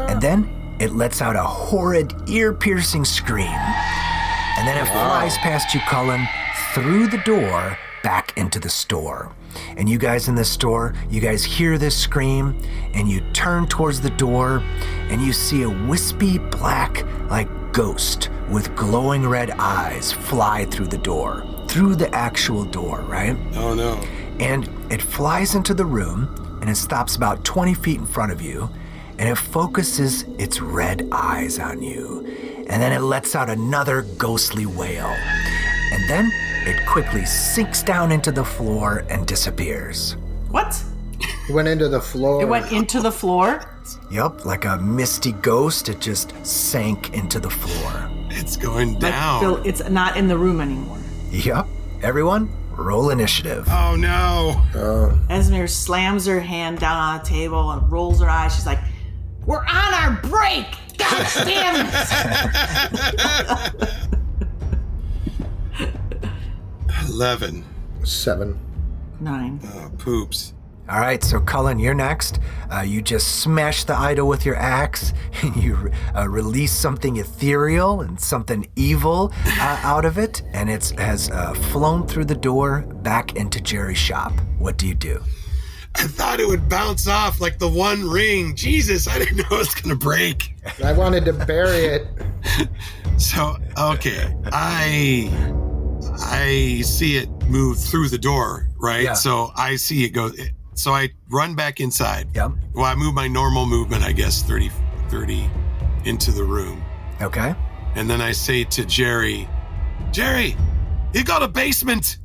And then it lets out a horrid, ear piercing scream. And then it flies past you, Cullen, through the door back into the store. And you guys in the store, you guys hear this scream and you turn towards the door and you see a wispy black, like ghost with glowing red eyes fly through the door. through the actual door, right?
Oh no.
and it flies into the room and it stops about 20 feet in front of you and it focuses its red eyes on you and then it lets out another ghostly wail and then it quickly sinks down into the floor and disappears
What?
It went into the floor.
It went into the floor?
Yup, like a misty ghost it just sank into the floor
It's going
Like,
down.
Phil, it's not in the room anymore.
Yup, everyone roll initiative
oh no.
Esmer slams her hand down on the table and rolls her eyes. She's like, We're on our break! God damn it!
Eleven.
seven.
Nine.
Oh, poops.
All right, so Cullen, you're next. Uh, you just smash the idol with your axe, <laughs> and you uh, release something ethereal and something evil uh, out of it, and it has uh, flown through the door back into Jerry's shop. What do you do?
I thought it would bounce off like the one ring. Jesus, I didn't know it was gonna break.
I wanted to bury it.
So okay, I I see it move through the door, right?
Yeah.
So I see it go. So I run back inside.
Yep.
Well, I move my normal movement, I guess, 30, 30 into the room,
Okay.
and then I say to Jerry, Jerry, you got a basement.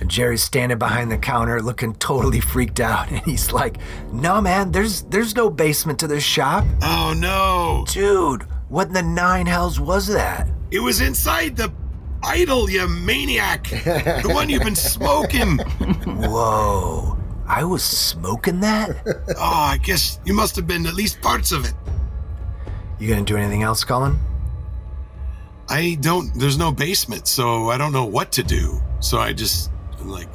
And Jerry's standing behind the counter, looking totally freaked out, <laughs> and he's like, "No, man, there's there's no basement to this shop,
Oh no!
dude. What in the nine hells was <laughs> that?"
It was inside the idol, you maniac. the one you've been smoking.
Whoa. I was smoking that? <laughs>
Oh, I guess you must have been at least parts of it.
You gonna do anything else, Cullen?
I don't. There's no basement, so I don't know what to do. So I just I'm like,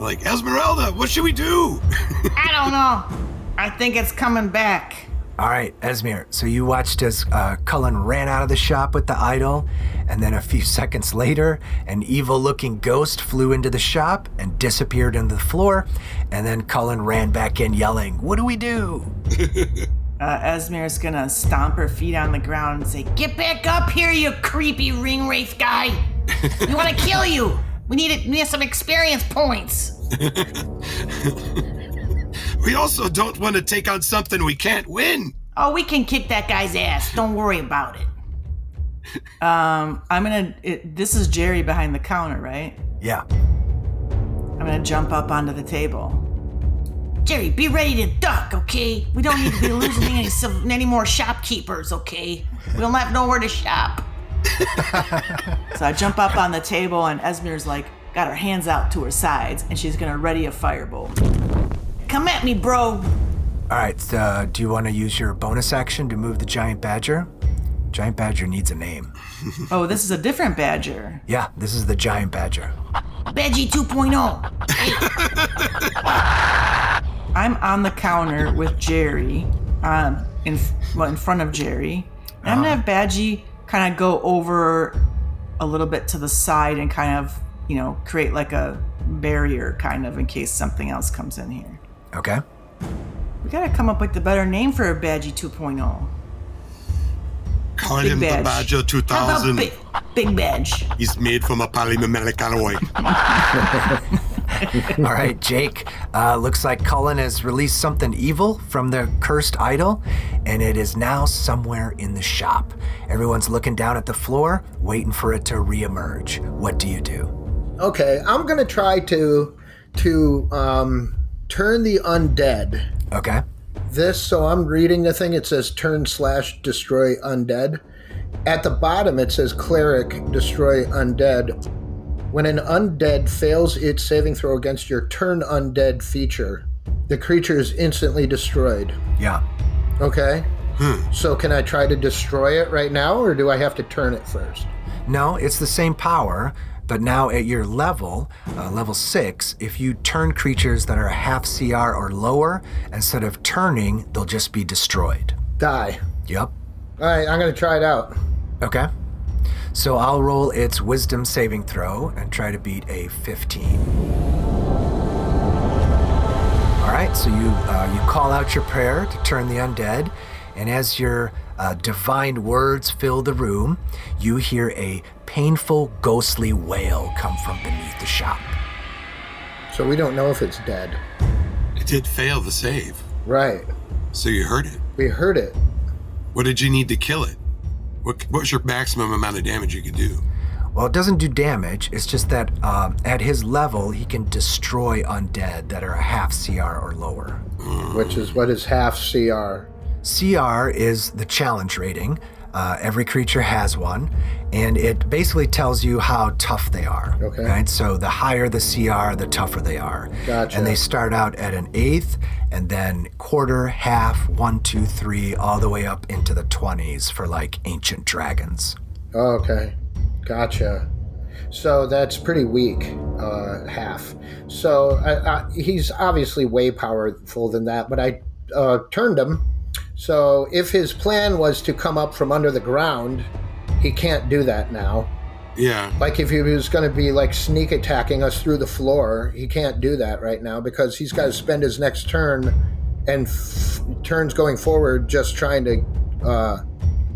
like Esmeralda, what should we do? <laughs>
I don't know. I think it's coming back.
All right, Esmir. So you watched as uh, Cullen ran out of the shop with the idol, and then a few seconds later, an evil-looking ghost flew into the shop and disappeared into the floor, and then Cullen ran back in yelling, "What do we do?"
Uh, Esmer's gonna stomp her feet on the ground and say, Get back up here, you creepy ring wraith guy! We wanna kill you! We need, it, we need some experience points!
We also don't want to take on something we can't win.
Oh, we can kick that guy's ass. Don't worry about it. Um, I'm gonna. It, this is Jerry behind the counter, right?
Yeah.
I'm gonna jump up onto the table. Jerry, be ready to duck, okay? We don't need to be losing any, <laughs> civ- any more shopkeepers, okay? We don't have nowhere to shop. so I jump up on the table, and Esmer's like, got her hands out to her sides, and she's gonna ready a firebolt. Come at me, bro.
All right. Uh, do you want to use your bonus action to move the giant badger? Giant badger needs a name.
Oh, this is a different badger.
Yeah, this is the giant badger.
Badgie 2.0. I'm on the counter with Jerry, um, in well, in front of Jerry, and I'm gonna have Badgie kind of go over a little bit to the side and kind of you know create like a barrier, kind of in case something else comes in here.
Okay.
We gotta come up with a better name for a Badgie oh. 2.0.
Call
Big
him
badge.
the Baggio
How
2000.
about big, big Badge?
He's made from a
<laughs>
polymimetic alloy.
<laughs> All right, Jake. Uh, looks like Cullen has released something evil from the cursed idol, and it is now somewhere in the shop. Everyone's looking down at the floor, waiting for it to reemerge. What do you do?
Okay, I'm gonna try to to um, turn the undead.
Okay.
This, so I'm reading the thing. It says turn slash destroy undead. At the bottom, it says cleric destroy undead. When an undead fails its saving throw against your turn undead feature, the creature is instantly destroyed.
Yeah.
Okay. So can I try to destroy it right now, or do I have to turn it first?
No, it's the same power, but now at your level, uh, level six, if you turn creatures that are half CR or lower, instead of turning, they'll just be destroyed.
Die.
Yep.
All right, I'm gonna try it out.
Okay. So I'll roll its wisdom saving throw and try to beat a 15. All right, so you uh, you call out your prayer to turn the undead, and as your uh, divine words fill the room, you hear a painful, ghostly wail come from beneath the shop.
So we don't know if it's dead.
It did fail the save,
Right.
so you heard it.
We heard it.
What did you need to kill it? What, what was your maximum amount of damage you could do?
Well, it doesn't do damage. It's just that um, at his level, he can destroy undead that are a half CR or lower.
which is what is half CR.
CR is the challenge rating. Uh, every creature has one, and it basically tells you how tough they are.
Okay.
Right? So the higher the CR, the tougher they are.
Gotcha.
And they start out at an eighth, and then quarter, half, one, two, three, all the way up into the 20s for like ancient dragons.
Oh, okay, gotcha. So that's pretty weak, uh, half. So I, I, he's obviously way powerful than that, but I uh, turned him. So if his plan was to come up from under the ground, he can't do that now.
Yeah.
Like if he was going to be like sneak attacking us through the floor, he can't do that right now because he's got to spend his next turn and f- turns going forward just trying to uh,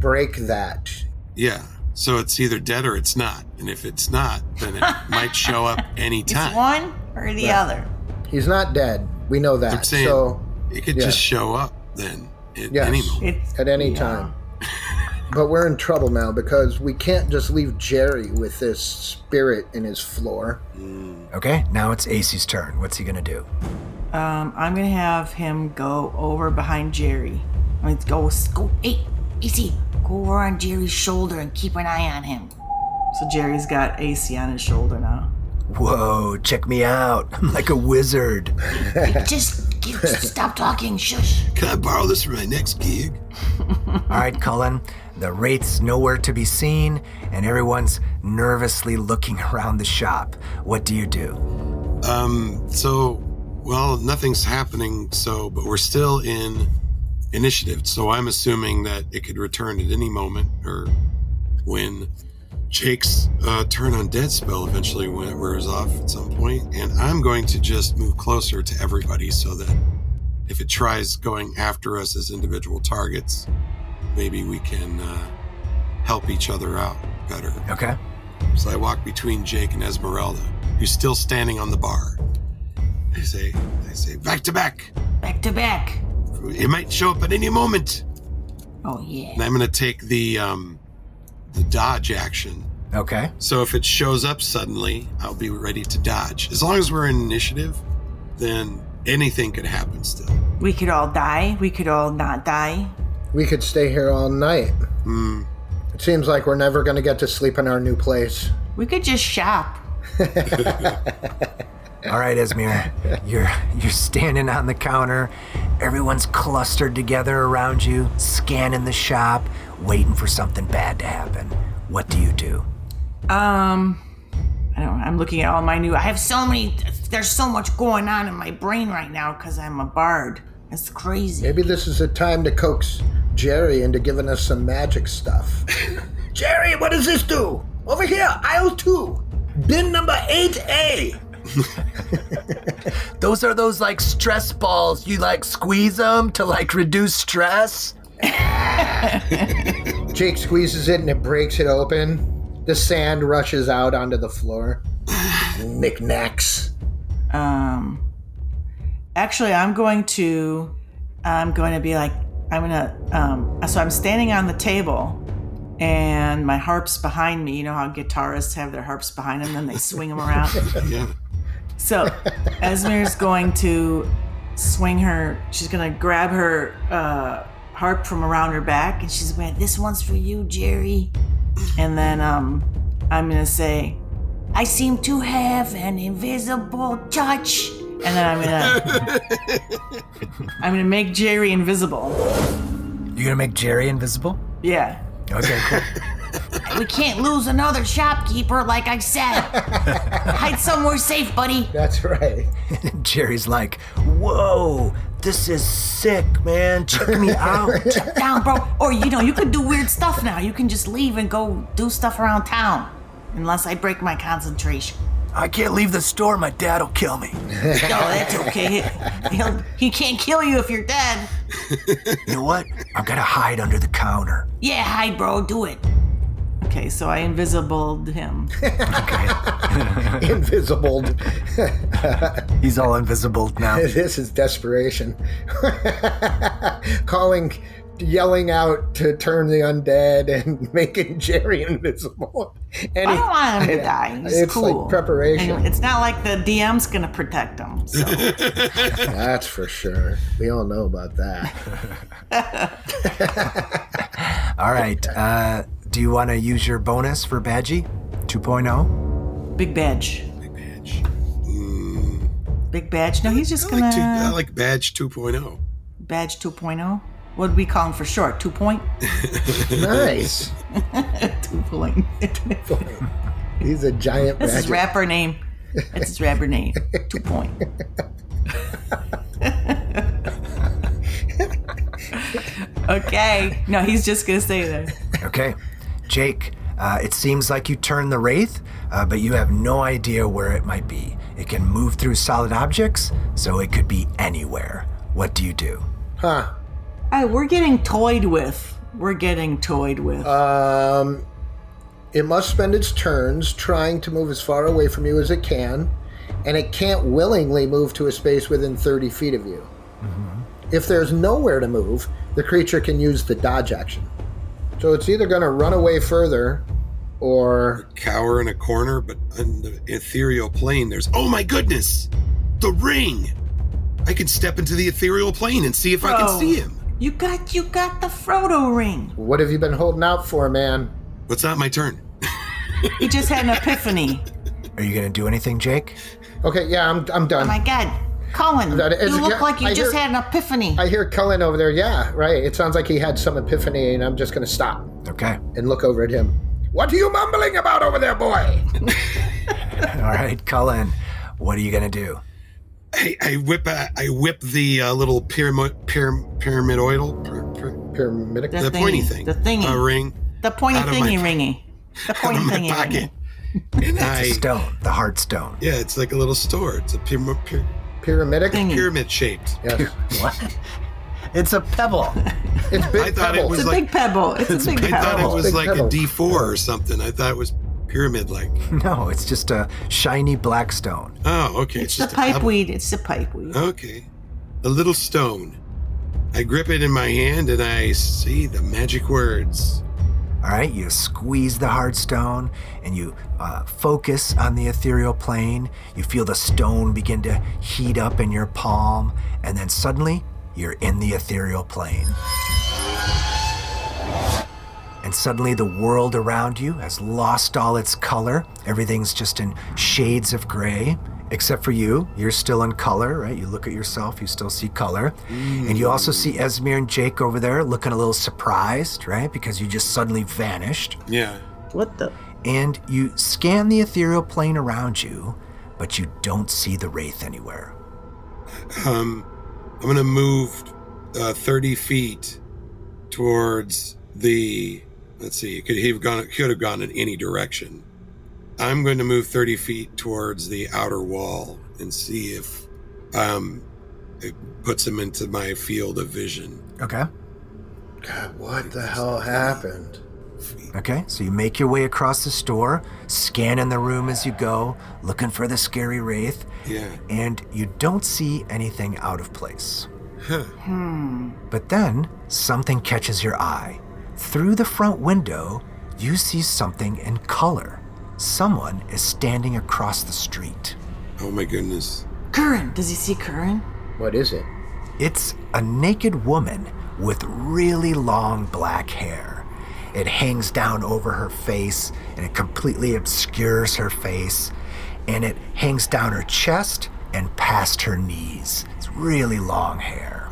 break that.
Yeah. So it's either dead or it's not. And if it's not, then
<laughs>
it might show up
It's
anytime.
one or the other.
He's not dead. We know that.
I'm saying
so
it could
yeah.
just show up then at
Yes.
any moment.
It's,
at any
yeah.
time. But we're in trouble now because we can't just leave Jerry with this spirit in his floor.
Okay, now it's Acey's turn. What's he gonna do?
Um, I'm gonna have him go over behind Jerry. I'm gonna go go Oh, hey, AC, go over on Jerry's shoulder and keep an eye on him. So Jerry's got AC on his shoulder now.
Whoa, check me out. <laughs> I'm like a wizard.
Just give, stop talking. Shush.
Can I borrow this for my next gig?
All right, Cullen, the wraith's nowhere to be seen, and everyone's nervously looking <laughs> around the shop. What do you do?
Um, so, well, nothing's happening, so, but we're still in initiative. So I'm assuming that it could return at any moment or when Jake's uh, turn on dead spell eventually when it wears off at some point. And I'm going to just move closer to everybody so that if it tries going after us as individual targets, maybe we can uh, help each other out better.
Okay.
So I walk between Jake and Esmeralda, who's still standing on the bar. I say, I say, back to back.
Back to back.
It might show up at any moment.
Oh yeah.
And I'm gonna take the um, the dodge action.
Okay.
So if it shows up suddenly, I'll be ready to dodge. As long as we're in initiative, then anything could happen still.
We could all die. We could all not die.
We could stay here all night.
Hmm,
It seems like we're never going to get to sleep in our new place.
We could just shop.
All right, <laughs> Esmir, you're you're standing on the counter. Everyone's clustered together around you, scanning the shop, waiting for something bad to happen. What do you do?
Um, I don't know. I'm looking at all my new. I have so many. There's so much going on in my brain right now because I'm a bard. It's crazy.
Maybe this is a time to coax Jerry into giving us some magic stuff. <laughs> Jerry, what does this do? Over here, aisle two, bin number 8A.
Those are those like stress balls. You like squeeze them to like reduce stress.
Jake squeezes it and it breaks it open. The sand rushes out onto the floor. <sighs> Knickknacks.
Um, actually, I'm going to, I'm going to be like, I'm gonna. Um, so I'm standing on the table, and my harp's behind me. You know how guitarists have their harps behind them, then they swing them around.
Yeah.
So Esmer's going to swing her. She's gonna grab her uh, harp from around her back, and she's going, "This one's for you, Jerry." And then um, I'm gonna say, "I seem to have an invisible touch," and then I'm gonna I'm gonna make Jerry invisible.
You're gonna make Jerry invisible?
Yeah.
Okay, cool.
We can't lose another shopkeeper, like I said. Hide somewhere safe, buddy.
That's <laughs> right.
Jerry's like, whoa, this is sick, man. Check me out.
down, bro. Or you know, you could do weird stuff now. You can just leave and go do stuff around town, unless I break my concentration.
I can't leave the store. My dad'll kill me.
No, that's okay. He'll, he can't kill you if you're dead.
You know what? I'm gonna hide under the counter.
Yeah, hi, bro. Do it. okay, so I invisibled him.
Invisibled.
He's all invisible now.
<laughs> this is desperation. <laughs> Calling, yelling out to turn the undead and <laughs> making Jerry invisible. And
I
he-
don't want him to die. He's
It's like
cool.
preparation.
And it's not like the DM's gonna protect him. So
that's for sure. We all know about that.
All right. Uh, do you want to use your bonus for Badgie oh? 2.0?
big badge,
Big badge. Mm,
big badge. No, he's
I,
just gonna
like two, oh. I like badge 2.0.
badge 2.0. What would we call him for short? Two point.
Nice.
Two <laughs> point.
He's a giant
That's his
magic.
rapper name. That's his
<laughs>
rapper name. Two point. <laughs> okay. No, he's just gonna stay there.
Okay. Jake, uh, it seems like you turned the Wraith, uh, but you have no idea where it might be. It can move through solid objects, so it could be anywhere. What do you do?
Huh.
Hey, we're getting toyed with. We're getting toyed with.
Um, it must spend its turns trying to move as far away from you as it can, and it can't willingly move to a space within 30 feet of you. If there's nowhere to move, the creature can use the dodge action. So it's either going to run away further or.
Cower in a corner, but on the ethereal plane, there's oh my goodness, the ring. I can step into the ethereal plane and see if I
Bro.
can see him.
you got you got the Frodo ring.
What have you been holding out for, man?
But it's not my turn.
He just had an epiphany.
Are you going to do anything, Jake?
Okay, yeah, I'm, I'm
Oh
done.
my God, Colin,
That is-
you look
yeah,
like you
I
just
hear-
had an epiphany.
I hear Cullen over there. Yeah, right. It sounds like he had some epiphany, and I'm just going to stop
Okay.
and look over at him. What are you mumbling about over there, boy?
All right, Cullen, what are you going to do?
I, I whip a, I whip the uh, little pyramid pyram, pyramidoidal per, per,
Pyramidic.
the pointy
thingy,
thing
the thingy.
a ring
the pointy
out of my
thingy
po-
ringy. The
out
pointy
of my
thingy
pocket.
ringy.
<laughs> And I
Stone, the heart stone.
yeah, it's like a little store. It's a pyramid pyra-
Pyramidic.
Thingy.
pyramid shaped.
Yes.
What? It's a pebble.
It's big
I thought it
pebbles.
was
It's a
like-
big pebble.
<laughs>
It's, a big
I thought
pebble.
it was
Big
like a
pebble.
D four or something. I thought it was pyramid like.
<laughs> no, it's just a shiny black stone.
Oh, okay.
it's the
a pebble.
pipeweed. It's the pipeweed.
Okay. A little stone. I grip it in my hand and I see the magic words.
All right, you squeeze the hard stone and you uh, focus on the ethereal plane. You feel the stone begin to heat up in your palm, and then suddenly you're in the ethereal plane. And suddenly the world around you has lost all its color. Everything's just in shades of gray, except for you. You're still in color, right? You look at yourself, you still see color. And you also see Esmir and Jake over there looking a little surprised, right? Because you just suddenly vanished.
Yeah.
What the?
And you scan the ethereal plane around you, but you don't see the Wraith anywhere.
Um, I'm going to move uh, 30 feet towards the. Let's see. It could have gone, it could have gone in any direction. I'm going to move 30 feet towards the outer wall and see if um, it puts him into my field of vision.
Okay.
God, what the hell happened?
Okay, so you make your way across the store, scanning the room as you go, looking for the scary Wraith,
Yeah.
and you don't see anything out of place. But then something catches your eye. Through the front window, you see something in color. Someone is standing across the street.
Oh my goodness.
Curran. Does he see Curran?
What is it?
It's a naked woman with really long black hair. It hangs down over her face and it completely obscures her face and it hangs down her chest and past her knees. It's really long hair.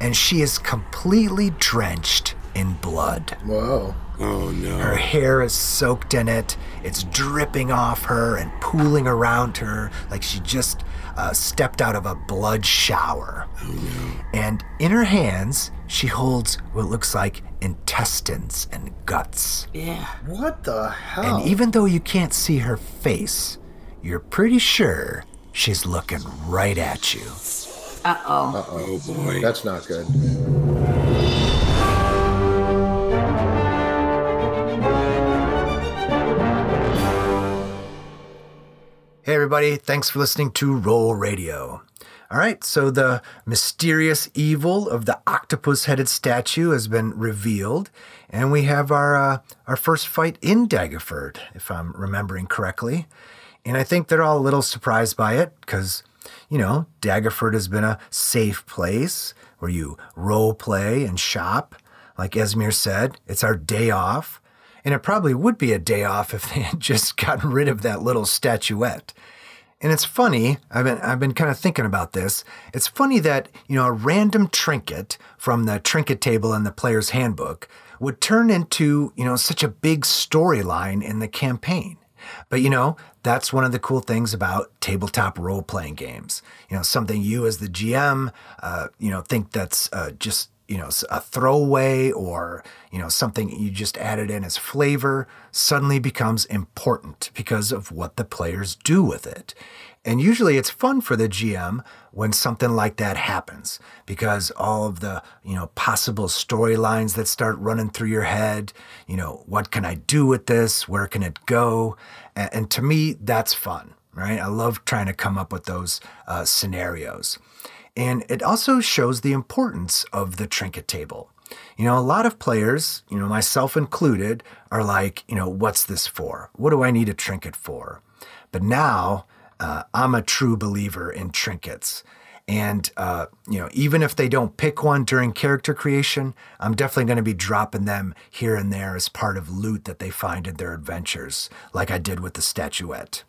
And she is completely drenched in blood.
Whoa.
Oh
Her
no.
hair is soaked in it. It's dripping off her and pooling around her like she just uh, stepped out of a blood shower. And in her hands, she holds what looks like intestines and guts.
Yeah.
What the hell?
And even though you can't see her face, you're pretty sure she's looking right at you.
Uh oh.
Oh boy.
That's not good.
Hey, everybody, thanks for listening to Roll Radio. All right, so the mysterious evil of the octopus headed statue has been revealed, and we have our, uh, our first fight in Daggerford, if I'm remembering correctly. And I think they're all a little surprised by it because, you know, Daggerford has been a safe place where you role play and shop. Like Esmir said, it's our day off. And it probably would be a day off if they had <laughs> just gotten rid of that little statuette. And it's funny, I've been I've been kind of thinking about this. It's funny that, you know, a random trinket from the trinket table in the player's handbook would turn into, you know, such a big storyline in the campaign. But you know, that's one of the cool things about tabletop role playing games. You know, something you as the GM, uh, you know, think that's uh, just you know s- a throwaway or you know something you just added in as flavor suddenly becomes important because of what the players do with it. And usually it's fun for the GM when something like that happens because all of the, you know, possible storylines that start running through your head, you know, what can I do with this? Where can it go? And, and to me, that's fun, right? I love trying to come up with those uh, scenarios. And it also shows the importance of the trinket table. You know, a lot of players, you know, myself included, are like, you know, what's this for? What do I need a trinket for? But now uh, I'm a true believer in trinkets. And, uh, you know, even if they don't pick one during character creation, I'm definitely going to be dropping them here and there as part of loot that they find in their adventures, like I did with the statuette.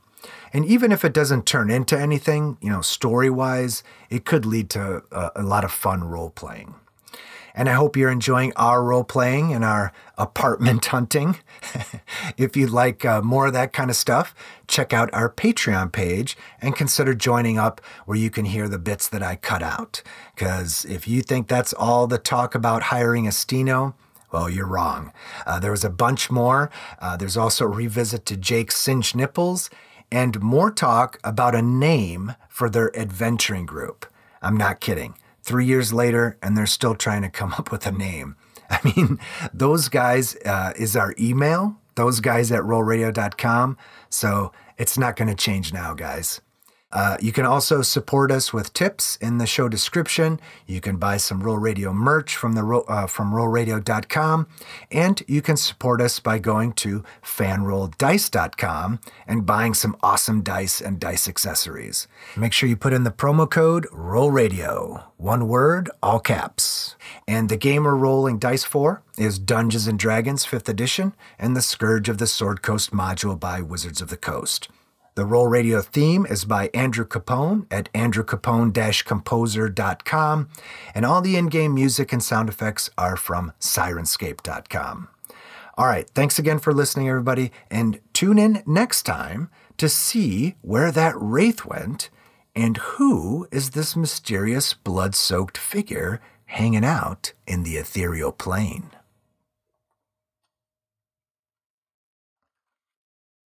And even if it doesn't turn into anything, you know, story wise, it could lead to a, a lot of fun role playing. And I hope you're enjoying our role playing and our apartment <laughs> hunting. if you'd like uh, more of that kind of stuff, check out our Patreon page and consider joining up where you can hear the bits that I cut out. Because if you think that's all the talk about hiring a Steno, well, you're wrong. Uh, there was a bunch more. Uh, there's also a revisit to Jake's Singe Nipples and more talk about a name for their adventuring group. I'm not kidding. Three years later, and they're still trying to come <laughs> up with a name. I mean, those guys uh, is our email, those guys at rollradio.com. So it's not going to change now, guys. Uh, you can also support us with tips in the show description. You can buy some Roll Radio merch from the ro- uh, from RollRadio.com, and you can support us by going to FanRollDice.com and buying some awesome dice and dice accessories. Make sure you put in the promo code Roll Radio, one word, all caps. And the game we're rolling dice for is Dungeons and Dragons 5th Edition and the Scourge of the Sword Coast module by Wizards of the Coast. The Roll Radio theme is by Andrew Capone at andrewcapone-composer.com, and all the in-game music and sound effects are from sirenscape.com. All right, thanks again for listening, everybody, and tune in next time to see where that wraith went and who is this mysterious blood-soaked figure hanging out in the ethereal plane.